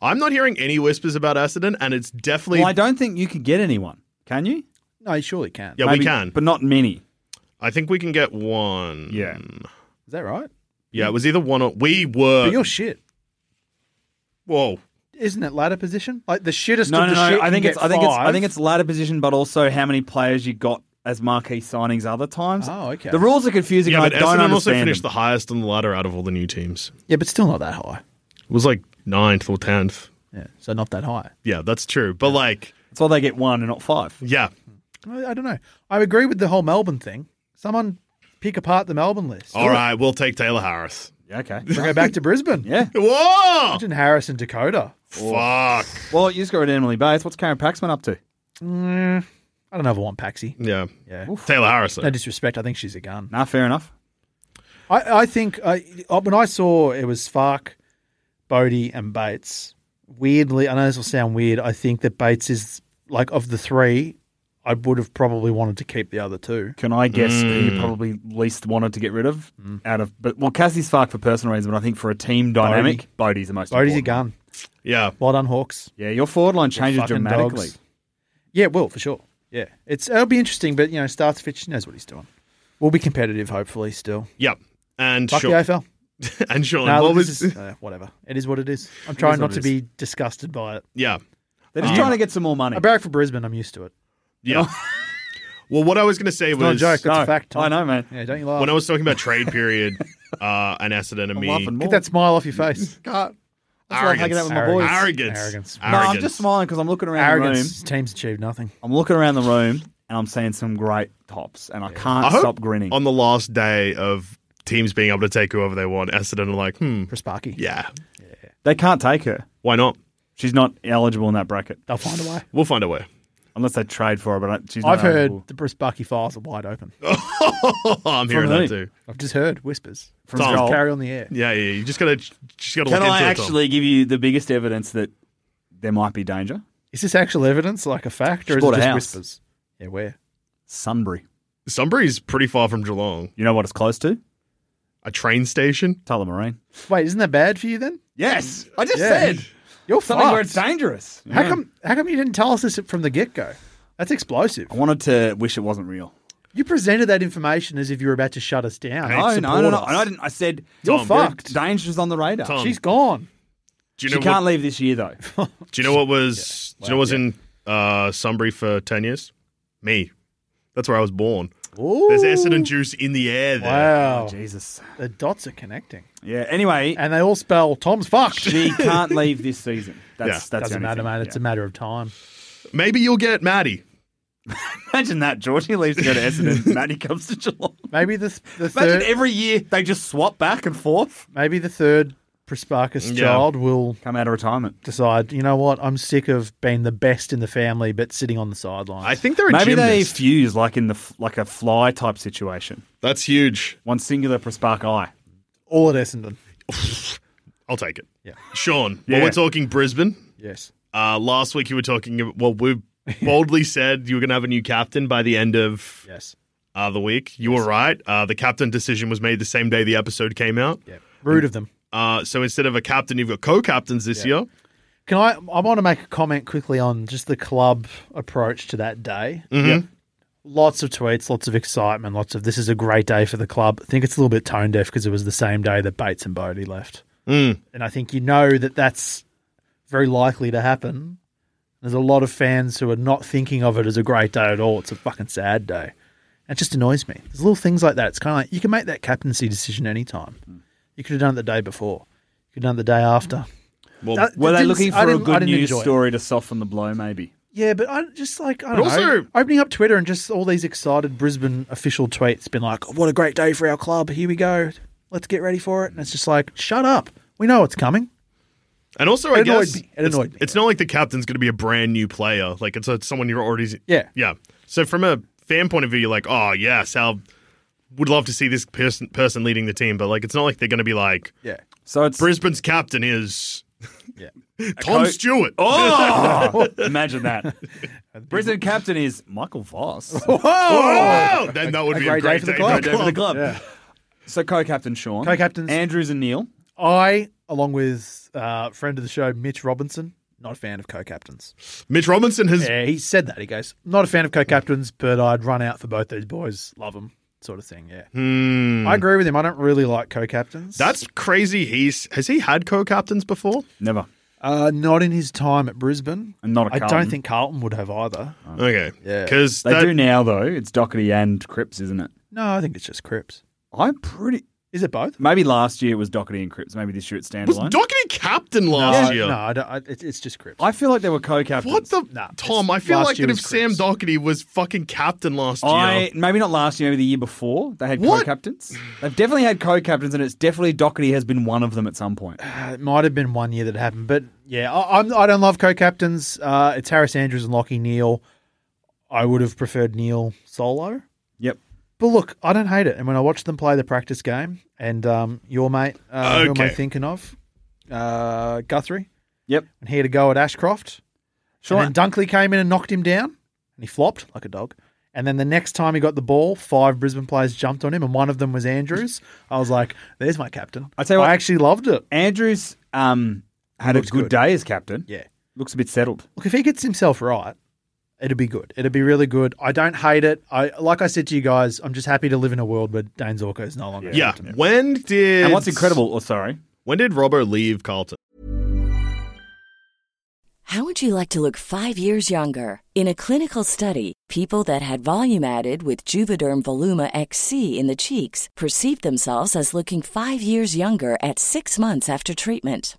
I'm not hearing any whispers about Essendon, and it's definitely. Well, I don't think you could get anyone. Can you? No, you surely can. yeah, we Maybe, can. but not many. I think we can get one. Yeah. Is that right? Yeah, it was either one or. We but were. you're shit. Whoa. Isn't it ladder position? Like the shittest No, of the no, no. shit. I can think it's. get I think it's. I five. think it's ladder position, but also how many players you got as marquee signings other times. Oh, okay. The rules are confusing. Yeah, and but I don't Essendon also understand finished them. the highest on the ladder out of all the new teams. Yeah, but still not that high. It was like ninth or tenth. Yeah, so not that high. Yeah, that's true. But like, That's why they get one and not five. yeah, I, I don't know. I agree with the whole Melbourne thing. Someone pick apart the Melbourne list. Oh. all right, we'll take Taylor Harris. Yeah, okay. Bring her back to Brisbane. yeah. Whoa! Imagine Harris and Dakota. Fuck. Well, you just got rid of Emily Bates. What's Karen Paxman up to? Mm, I don't know if I want Paxi. Yeah. Yeah. Taylor Harris. though. No disrespect. I think she's a gun. Nah, fair enough. I, I think I, uh, when I saw it was Fark, Bodie, and Bates, weirdly, I know this will sound weird. I think that Bates is, like, of the three, I would have probably wanted to keep the other two. Can I guess who Mm. you probably least wanted to get rid of Mm. out of? But well, Cassie's fuck for personal reasons, but I think for a team dynamic, Bodie's the most. Bodie's a important. gun. Yeah. Well done, Hawks. Yeah, your forward line changes Fucking dramatically. dogs. Yeah, it will for sure. Yeah, it's it'll be interesting, but you know, Starts Fitch knows what he's doing. We'll be competitive, hopefully. Still, Yeah. And fuck Sean. the AFL. and Sean. No, what look, was, this is, uh, whatever. It is what it is. I'm trying not to be disgusted by it. yeah. They're just trying to get some more money. I barrack for Brisbane. I'm used to it. Yeah. well, what I was going to say It's not a was joke. It's No, a fact. Tom. I know, man. Yeah, don't you laugh. when I was talking about trade period uh, and Essendon and I'm me. laughing more. Get that smile off your face. God. I love hanging Arrogance. out with my boys. Arrogance. Arrogance. Arrogance. Arrogance. No, No, I'm just smiling because I'm looking around the room. Arrogance. Teams achieved nothing. I'm looking around the room and I'm seeing some great tops, and I can't I hope stop grinning. On the last day of teams being able to take whoever they want, Essendon are like, hmm, For Sparky, yeah, They can't take her. why not? She's not eligible in that bracket they'll find a way. We'll find a way. unless they trade for her. But I- she's. Not I've heard eligible. the Brisbane files are wide open. I'm hearing that who? too. I've just heard whispers. From Tom. Joel. Carry on the air. Yeah, yeah. You just gotta, just gotta Can look I into it. Tom. actually give you the biggest evidence that there might be danger? Is this actual evidence, like a fact, or is it bought a just house. whispers? Yeah, where? Sunbury. Sunbury's pretty far from Geelong. You know what it's close to? A train station. Tullamarine. Wait, isn't that bad for you then? Yes, I just Yeah. said You're something fucked. where it's dangerous. How come? How come you didn't tell us this from the get go? That's explosive. I wanted to wish it wasn't real. You presented that information as if you were about to shut us down. No, no, Support no, no. us. And I didn't. I said You're Tom, fucked. danger's on the radar. Tom, She's gone. Do you she know can't what, leave this year though. Do you know what was? do you know what was in uh, Sunbury for ten years? Me. That's where I was born. There's acid and juice in the air. There. Oh, Wow. Jesus. the dots are connecting. Yeah. Anyway, And they all spell Tom's fucked. she can't leave this season. That's Yeah. that's the Doesn't only matter, thing. mate. It's a Yeah. matter of time. Maybe you'll get Maddie. Imagine that. Georgie leaves to go to Essendon. Maddie comes to Geelong. Maybe the, th- the Imagine third every year they just swap back and forth. maybe the third Prasparkus Yeah. child will Come out of retirement. decide, you know what, I'm sick of being the best in the family but sitting on the sidelines. I think they're a Maybe they gymnast. fuse like in the f- like a fly type situation. That's huge. One singular Praspark eye. all at Essendon. I'll take it. Yeah. Sean, Yeah. while we're talking Brisbane, Yes. uh, last week you were talking. ab- Well, we boldly said you were going to have a new captain by the end of Yes. uh, the week. You were right. Uh, the captain decision was made the same day the episode came out. Yeah. Rude of them. Uh, so instead of a captain, you've got co-captains this year. Can I? I want to make a comment quickly on just the club approach to that day. Lots of tweets, lots of excitement, lots of this is a great day for the club. I think it's a little bit tone deaf because it was the same day that Bates and Bodie left, Mm. and I think you know that that's very likely to happen. There's a lot of fans who are not thinking of it as a great day at all. It's a fucking sad day. It just annoys me. There's little things like that. It's kind of like you can make that captaincy decision anytime. You could have done it the day before. You could have done it the day after. Well, That- Were they didn't- looking I for a didn't- I good didn't news enjoy it. story to soften the blow? Maybe. Yeah, but I just like I But don't know. also- opening up Twitter and just all these excited Brisbane official tweets, been like, "What a great day for our club! Here we go, let's get ready for it." And it's just like, shut up, we know it's coming. and also I It annoyed guess me. It it's- annoyed me. It's, not like the captain's going to be a brand new player. Like it's, it's someone you're already. Yeah. yeah. So from a fan point of view, you're like, oh yes, I would love to see this person person leading the team, but like it's not like they're going to be like Yeah, So it's Brisbane's captain is yeah. co- Tom Stewart. Oh, imagine that. Brisbane captain is Michael Voss. Whoa! Then that would be a great day great for the day club. for Great the day for the club. club. So co-captain Sean, Co-captains. Andrews and Neil. I, along with uh, friend of the show Mitch Robinson, not a fan of co-captains. Mitch Robinson has Yeah, he said that. He goes, "Not a fan of co-captains, but I'd run out for both those boys. Love them." Sort of thing, yeah. I agree with him. I don't really like co-captains. hmm, That's crazy. He's has he had co-captains before? Never. uh, not in his time at Brisbane. And not a I don't Carlton. think Carlton would have either. Okay, Oh. Yeah. because They do now though. It's Doherty and Cripps, isn't it? No, I think it's just Cripps. I'm pretty. Is it both? Maybe last year it was Doherty and Cripps. Maybe this year it's was standalone. Doherty captain last no, year. no, I don't. I, it, it's just Cripps. I feel like there were co-captains. What the Nah, Tom? it's- I feel last like year that if was Sam Chris. Doherty was fucking captain last year, I maybe not last year, maybe the year before they had What? co-captains. They've definitely had co-captains, and it's definitely Doherty has been one of them at some point. Uh, it might have been one year that it happened, but yeah, I, I'm. I don't love co-captains. Uh, it's Harris Andrews and Lockie Neal. I would have preferred Neal solo, Yep. but look, I don't hate it. And when I watched them play the practice game, and um, your mate, uh, who am I Okay. thinking of? Uh, Guthrie, Yep. and he had a go at Ashcroft. Sure. And then Dunkley came in and knocked him down, and he flopped like a dog. And then the next time he got the ball, five Brisbane players jumped on him, and one of them was Andrews. I was like, "There's my captain." I tell you what- I actually loved it. Andrews um, had a Looks good, good. day as captain. Yeah, Looks a bit settled. look, if he gets himself right, it'll be good. It'll be really good. I don't hate it. I like I said to you guys, I'm just happy to live in a world where Dane Zorko is no longer. yeah. When did and what's incredible, oh, sorry, When did Robbo leave Carlton? How would you like to look five years younger? In a clinical study, people that had volume added with Juvederm Voluma XC in the cheeks perceived themselves as looking five years younger at six months after treatment.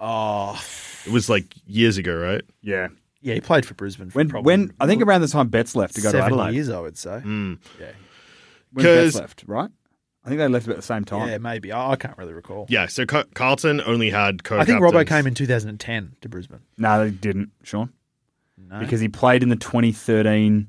Oh, It was like years ago, right? yeah. Yeah, he played for Brisbane for When, probably when I think around the time Betts left to go to seven Adelaide. Mm. years, I would say. When Betts 'Cause- left, right? I think they left about the same time. Yeah, maybe. I, I can't really recall. Yeah. So Car- Carlton only had co. I think Robbo came in 2010 to Brisbane. No, they didn't, Sean. Because he played in the 2013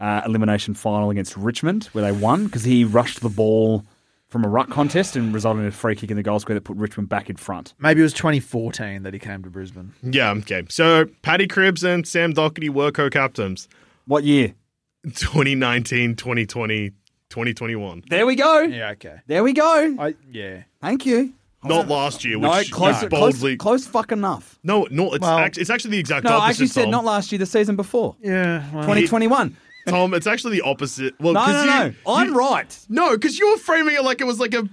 uh, elimination final against Richmond, where they won, because he rushed the ball from a ruck contest and resulted in a free kick in the goal square that put Richmond back in front. Maybe it was 2014 that he came to Brisbane. Yeah. Okay. So Paddy Cribs and Sam Doherty were co-captains. What year? 2019, 2020, 2021. There we go. Yeah, okay. There we go. I yeah. Thank you. Not last year, which No, close, close, is boldly. close fuck enough. No, no, it's, Well- act- it's actually the exact No, opposite. I actually said Tom. not last year, the season before. Yeah. Well, 2021. Tom, it's actually the opposite. Well, No, 'cause no, you- no. I'm you- right. No, because you were framing it like it was like a.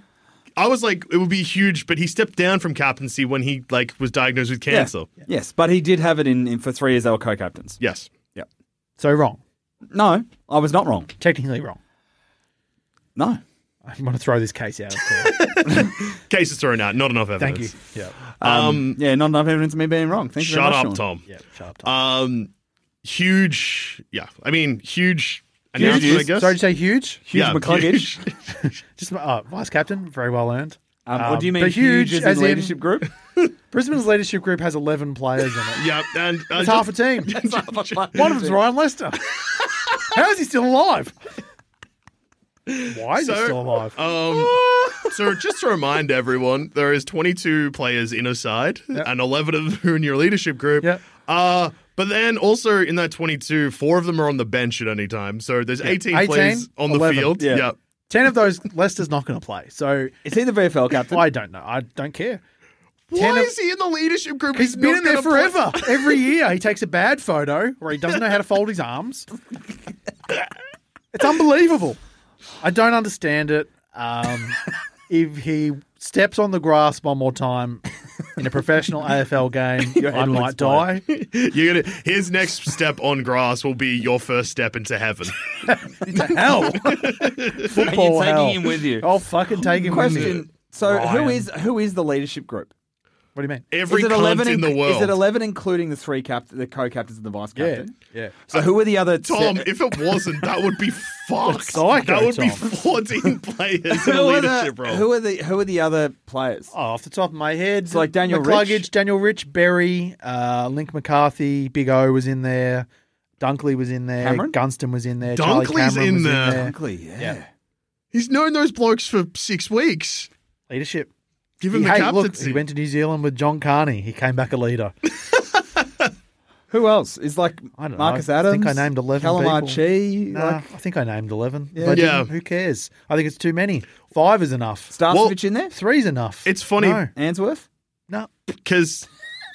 I was like, it would be huge, but he stepped down from captaincy when he like was diagnosed with Yeah. cancer. Yes, but he did have it in, in for three years. They were co-captains. Yes. Yep. so wrong. No, I was not wrong. Technically wrong. No. I want to throw this case out. Of court. Case is thrown out. Not enough evidence. Thank you. Yeah. Um, yeah, not enough evidence of me being wrong. Thank you very Shut much, up, Sean. Tom. Yeah. Sharp time. Um, huge. Yeah, I mean, huge Huge announcement. I is- guess. Sorry to say huge. Huge Yeah, McCluggage. huge. Just uh, vice captain, very well earned. Um, what do you mean but huge, as, in in- leadership group? Brisbane's leadership group has 11 players in it. yeah, and uh, It's just- half a team. One of them's Ryan Lester. How is he still alive? Why is he So, still alive? Um, so just to remind everyone, there is 22 players in a side, and 11 of them are in your leadership group. Yep. Uh, but then also in that 22, four of them are on the bench at any time. So there's 18, 18, players on the 11. field. Yeah. Yep. 10 of those, Lester's not going to play. So Is he the VFL captain? I don't know. I don't care. Why Ten of- is he in the leadership group? He's been not in there gonna play- forever. Every year he takes a bad photo where he doesn't know how to fold his arms. It's unbelievable. I don't understand it. Um, if he steps on the grass one more time in a professional AFL game, Your head I will might explode. die. You're gonna, his next step on grass will be your first step into heaven. Into hell. Football taking hell. him with you? I'll fucking take him with me. Question. So who Ryan. is who is the leadership group? What do you mean? Every is it cunt 11 in the inc- world. Is it 11 including the three cap- the co-captains and the vice Yeah. captain? Yeah. So who are the other Tom, se- if it wasn't, that would be fucked. psycho, that would be Tom. 14 players in a who, are leadership the, role. who are the who are the other players? Oh, off the top of my head, It's like Daniel McCluggage, Rich. Daniel Rich, Berry, uh, Link McCarthy, Big O was in there, Dunkley was in there, Cameron? Gunston was in there, Charlie Dunkley's Cameron in was there. in there. Dunkley, yeah. He's known those blokes for six weeks. Leadership. Give He- him the hey, look, captaincy. he went to New Zealand with John Carney. He came back a leader. Who else? Is like I don't know. Marcus I Adams? think I named 11 Calamar people. Chi, Nah, like I think I named eleven. uh, Yeah. If I didn't, Yeah. Who cares? I think it's too many. Five is enough. Starcevich in there? Three's enough. It's funny. No, Answorth? no. because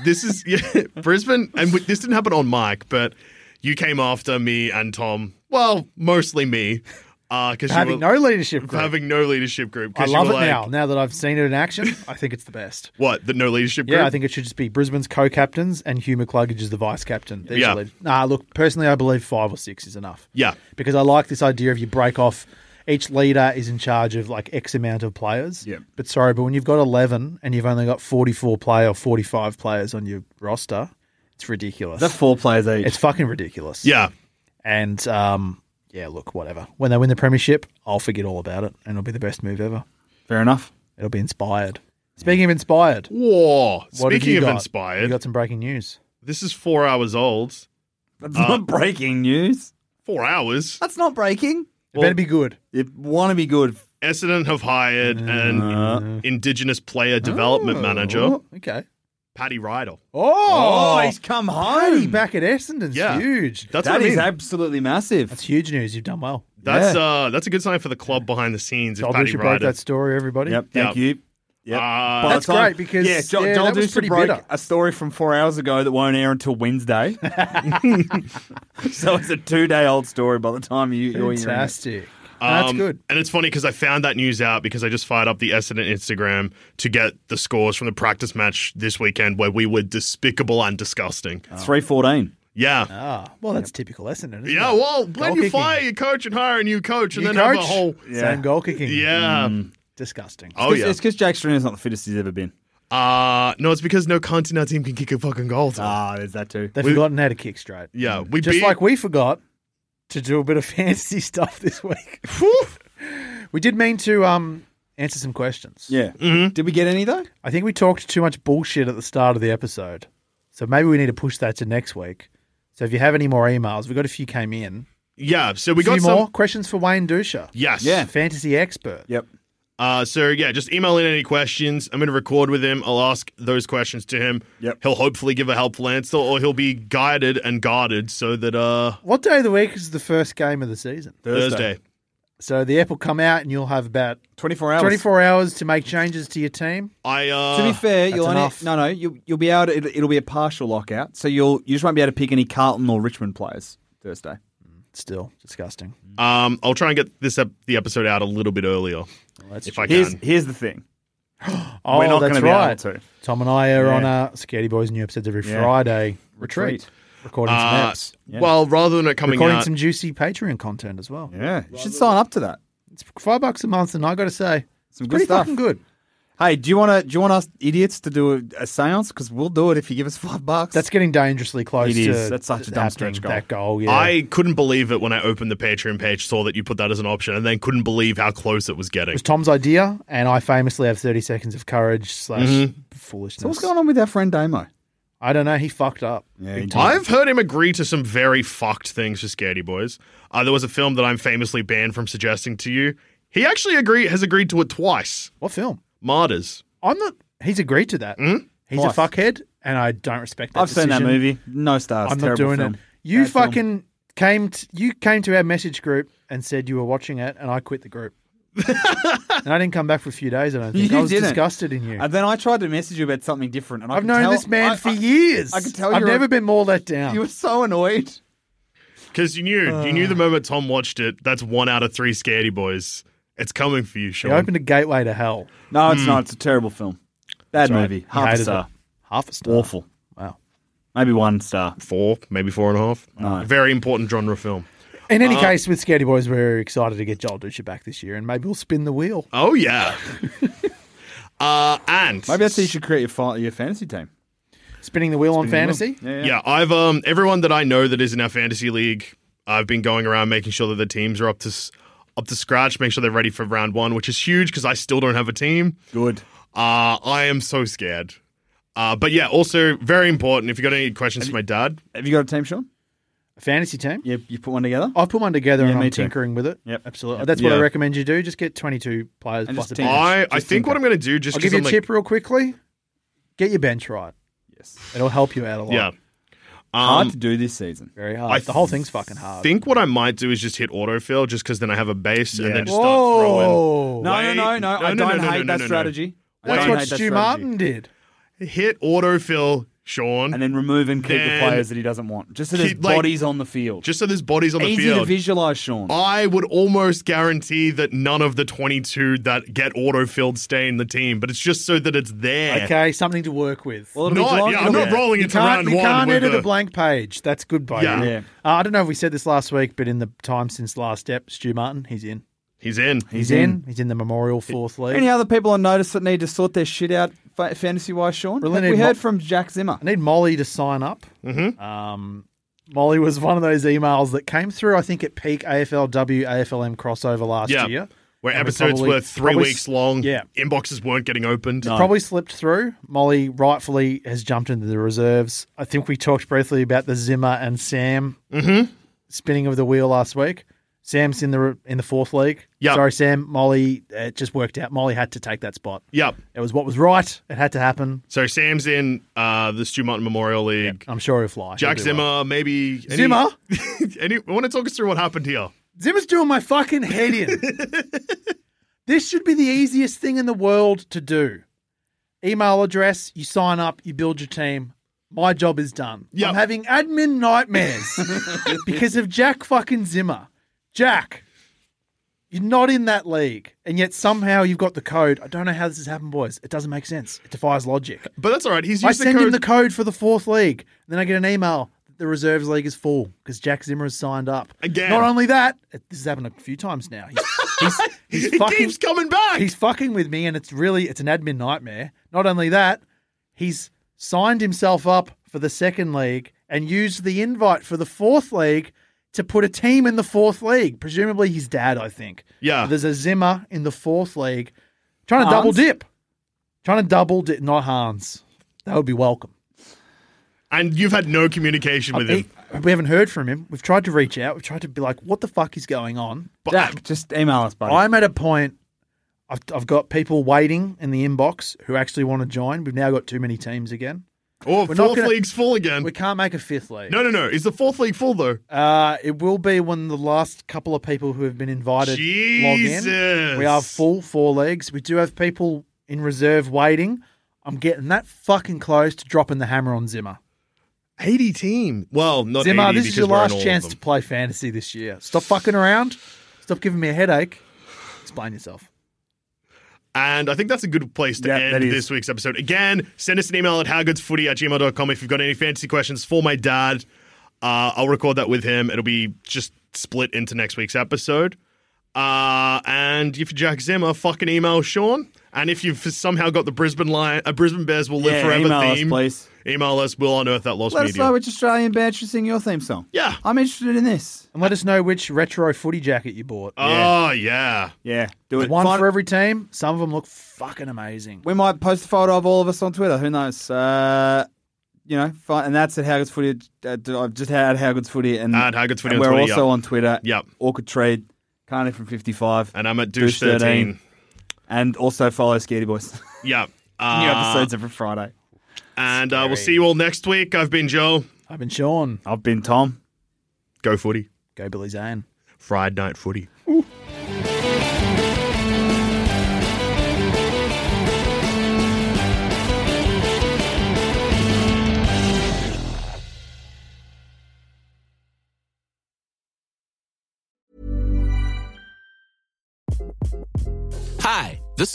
this is yeah, Brisbane, and w- this didn't happen on Mike, but you came after me and Tom. Well, mostly me, Uh, because For having no leadership for group. having no leadership group. I 'cause you love were it like, now. Now that I've seen it in action, I think it's the best. What the no leadership group? Yeah, I think it should just be Brisbane's co-captains and Hugh McCluggage is the vice captain. There's Yeah. your lead. Nah, look, personally, I believe five or six is enough. Yeah. Because I like this idea of you break off. Each leader is in charge of like X amount of players. Yeah. But sorry, but when you've got eleven and you've only got forty-four player or forty-five players on your roster, it's ridiculous. They're four players each. it's fucking ridiculous. Yeah, And um, yeah, look, whatever. When they win the premiership, I'll forget all about it, and it'll be the best move ever. Fair enough. It'll be inspired. Speaking of inspired, whoa! what have Speaking you of got? inspired, you got some breaking news. this is four hours old. That's Uh, not breaking news. Four hours. That's not breaking. It better be good. You want to be good. Essendon have hired an Uh. Indigenous player development manager, Oh, okay. Paddy Ryder. Oh, Oh, he's come Paddy home. back at Essendon's Yeah. huge. That's That what I is mean. absolutely massive. That's huge news. You've done well. that's yeah. uh, that's a good sign for the club behind the scenes. If Joel Paddy Boucher broke Ryder, that story, everybody. Yep. Thank Yep. you. Yep. Uh, By the That's great because, yeah, jo- yeah, Joel that was Dusher pretty broke bitter. a story from four hours ago that won't air until Wednesday. so it's a two-day-old story by the time you, you're hearing it. Fantastic. That's Um, good. And it's funny because I found that news out because I just fired up the Essendon Instagram to get the scores from the practice match this weekend where we were despicable and disgusting. Three fourteen. Yeah. Ah, well, that's typical Essendon. Isn't yeah, it? well, Goal when you kicking. fire your coach and hire a new coach and New then have coach, a whole. same goal kicking. Yeah. disgusting. Oh, yeah. It's because Jack Striner's not the fittest he's ever been. Uh, no, it's because no cunt in our team can kick a fucking goal. Tom. Ah, there's that too. They've We- forgotten how to kick straight. Mm. yeah. We Just beat. like we forgot to do a bit of fantasy stuff this week. we did mean to um, answer some questions. Yeah. Did we get any though? I think we talked too much bullshit at the start of the episode. So maybe we need to push that to next week. So if you have any more emails, we got a few came in. yeah. So we a few got some. more questions for Wayne Dusha, Yes. Yeah. fantasy expert. Yep. Uh, so yeah, just email in any questions. I'm going to record with him. I'll ask those questions to him. Yep. He'll hopefully give a helpful answer, or he'll be guided and guarded so that uh What day of the week is the first game of the season? Thursday. So the app will come out and you'll have about Twenty-four hours. 24 hours to make changes to your team. I uh To be fair, that's you'll only, enough. no no you you'll be able to, it'll, it'll be a partial lockout, so you'll you just won't be able to pick any Carlton or Richmond players Thursday. Still disgusting. um I'll try and get this ep- the episode out a little bit earlier that's if I Here's can. here's the thing. Oh, We're not that's gonna be able right. to. Tom and I are Yeah. on uh, Scaredy Boys new episodes every Yeah. Friday Retreat. recording some Uh, apps, Yeah. Well, rather than it coming recording out, some juicy Patreon content as well. Yeah, you should sign up to that. It's five bucks a month, and I got to say, Some it's good pretty stuff. fucking good. Hey, do you want to do you want us idiots to do a, a séance? Because we'll do it if you give us five bucks. That's getting dangerously close. It is. To That's such a dumb happening, stretch goal. That goal, yeah. it I couldn't believe it when I opened the Patreon page, saw that you put that as an option, and then couldn't believe how close it was getting. was Tom's idea, and I famously have thirty seconds of courage slash foolishness. Mm-hmm. so. What's going on with our friend Damo? I don't know. He fucked up. Yeah, Big he did. time. I've heard him agree to some very fucked things for Scaredy Boys. Uh, there was a film that I'm famously banned from suggesting to you. He actually agree has agreed to it twice. What film? Martyrs. I'm not. He's agreed to that. He's Twice. a fuckhead, and I don't respect that. Mm-hmm. I've seen that decision. movie. No stars. I'm not terrible doing film. it. You Bad film. fucking came. T- you came to our message group and said you were watching it, and I quit the group. and I didn't come back for a few days. I don't think I was didn't. disgusted in you. And then I tried to message you about something different, and I I've could known tell- this man I- for I- years. I could tell I've you were- never been more let down. You were so annoyed. Because you knew, you knew the Uh. moment Tom watched it, that's one out of three Scaredy Boys. It's coming for you, You Sean. opened a gateway to hell. No, it's not. It's a terrible film. Bad right. movie. You Half a Hmm. hated star. Half a star. Awful. Wow. Maybe one star. four, maybe four and a half. No. Very important genre film. In any case, with Scaredy Boys, we're excited to get Joel Dusha back this year, and maybe we'll spin the wheel. Oh yeah. uh, and Maybe that's how you should create your, fi- your fantasy team. Spinning the wheel on fantasy. Yeah, yeah, I've um everyone that I know that is in our fantasy league, I've been going around making sure that the teams are up to s- up to scratch, make sure they're ready for round one, which is huge because I still don't have a team. Good. Uh, I am so scared. Uh, but yeah, also very important. If you got any questions for my dad, Have you got a team, Sean? A fantasy team. You, you put one together? I've put one together Yeah, and me I'm too. tinkering with it. Yep. Absolutely. Yep. That's what Yeah. I recommend you do. Just get 22 players And plus just a team. bench. I I Just think think what that. I'm going to do just I'll give because you I'm a like, tip real quickly. Get your bench right. Yes. It'll help you out a lot. yeah. Hard Um, to do this season. Very I hard. The whole thing's fucking hard. I think what I might do is just hit autofill, just because then I have a base, Yeah. and then just start throwing. Whoa. No, no, no, no, Wait. No, I no, no, don't no, no, hate no, that no, no. strategy. I That's don't what hate that Stu strategy. Martin did. hit autofill, Sean, And then remove and keep Then- the players that he doesn't want. Just so there's Keep, like- bodies on the field. just so there's bodies on the Easy field. Oh. to visualize, Sean. I would almost guarantee that none of the 22 that get autofilled stay in the team, but it's just so that it's there. Okay, something to work with. Well, it'll be Not, Geelong- yeah, I'm it'll not be- rolling you into round can't, you one. can't with edit a- a blank page. That's good by Yeah. you. Yeah. Uh, I don't know if we said this last week, but in the time since last step, Stu Martin, he's in. He's in. He's, in. He's in the Memorial Fourth League. Any other people on notice that need to sort their shit out fantasy wise, Sean? Really Have need we mo- heard from Jack Zimmer. I need Molly to sign up. Mm-hmm. Um, Molly was one of those emails that came through, I think, at peak AFLW, AFLM crossover last Yeah. year. where I mean, episodes probably- were three probably weeks s- long. yeah. Inboxes weren't getting opened. It's probably slipped through. Molly rightfully has jumped into the reserves. I think we talked briefly about the Zimmer and Sam Mm-hmm. spinning of the wheel last week. Sam's in the in the fourth league. Yep. sorry, Sam. Molly, it just worked out. Molly had to take that spot. Yep. It was what was right. It had to happen. So Sam's in uh, the Stu Martin Memorial League. I'm sure Oh, he'll fly. Jack He'll do Zimmer, well. maybe any, Zimmer? any, want to talk us through what happened here? Zimmer's doing my fucking head in. this should be the easiest thing in the world to do. Email address, you sign up, you build your team. My job is done. Yep. I'm having admin nightmares because of Jack fucking Zimmer. Jack, you're not in that league, and yet somehow you've got the code. I don't know how this has happened, boys. It doesn't make sense. It defies logic. But that's all right. He's I used the send code. him the code for the fourth league. Then I get an email that the reserves league is full because Jack Zimmer has signed up. Again. Not only that, it- this has happened a few times now. He's, he's, he's he fucking, keeps coming back. he's fucking with me, and it's really it's an admin nightmare. Not only that, he's signed himself up for the second league and used the invite for the fourth league to put a team in the fourth league. Presumably his dad, I think. Yeah. So there's a Zimmer in the fourth league, trying to Hans? double dip, trying to double dip. Not Hans. That would be welcome. and you've had no communication with him. He- we haven't heard from him. We've tried to reach out. We've tried to be like, what the fuck is going on? But Jack, just email us, buddy. I'm at a point. I've, I've got people waiting in the inbox who actually want to join. We've now got too many teams again. oh, We're fourth not gonna- league's full again. We can't make a fifth league. No, no, no. Is the fourth league full though? Uh, it will be when the last couple of people who have been invited log Jesus. in. We are full four leagues. We do have people in reserve waiting. I'm getting that fucking close to dropping the hammer on Zimmer. Eighty team. Well, not Zimmer, 80 this is because your we're in last all of chance them. to play fantasy this year. Stop fucking around. Stop giving me a headache. Explain yourself. And I think that's a good place to Yeah, that end is. this week's episode. Again, send us an email at howgoodsfooty at gmail.com if you've got any fantasy questions for my dad. Uh, I'll record that with him. It'll be just split into next week's episode. Uh, and if you're Jack Zimmer, fucking email Sean. And if you've somehow got the Brisbane Lion, uh, Brisbane Bears will live Yeah, forever email us, theme, please. email us. We'll unearth that lost Let us media. know which Australian band should sing your theme song. Yeah. I'm interested in this. And let us know which retro footy jacket you bought. oh yeah, Yeah, do There's it. one Find- for every team. Some of them look fucking amazing. We might post a photo of all of us on Twitter. Who knows? Uh, you know, fine. and that's at How Goods Footy. Uh, I've just had How Goods Footy, and At How Good's Footy and on we're Twitter, also yep. on Twitter. Yep. Uh, Orchid Trade, Carney from Fifty Five, and I'm at douche thirteen. and also follow Scaredy Boys. Yeah, New uh, episodes every Friday. and uh, we'll see you all next week. I've been Joe. I've been Sean. I've been Tom. Go footy, Go Billy Zane. Friday night footy. Hi, this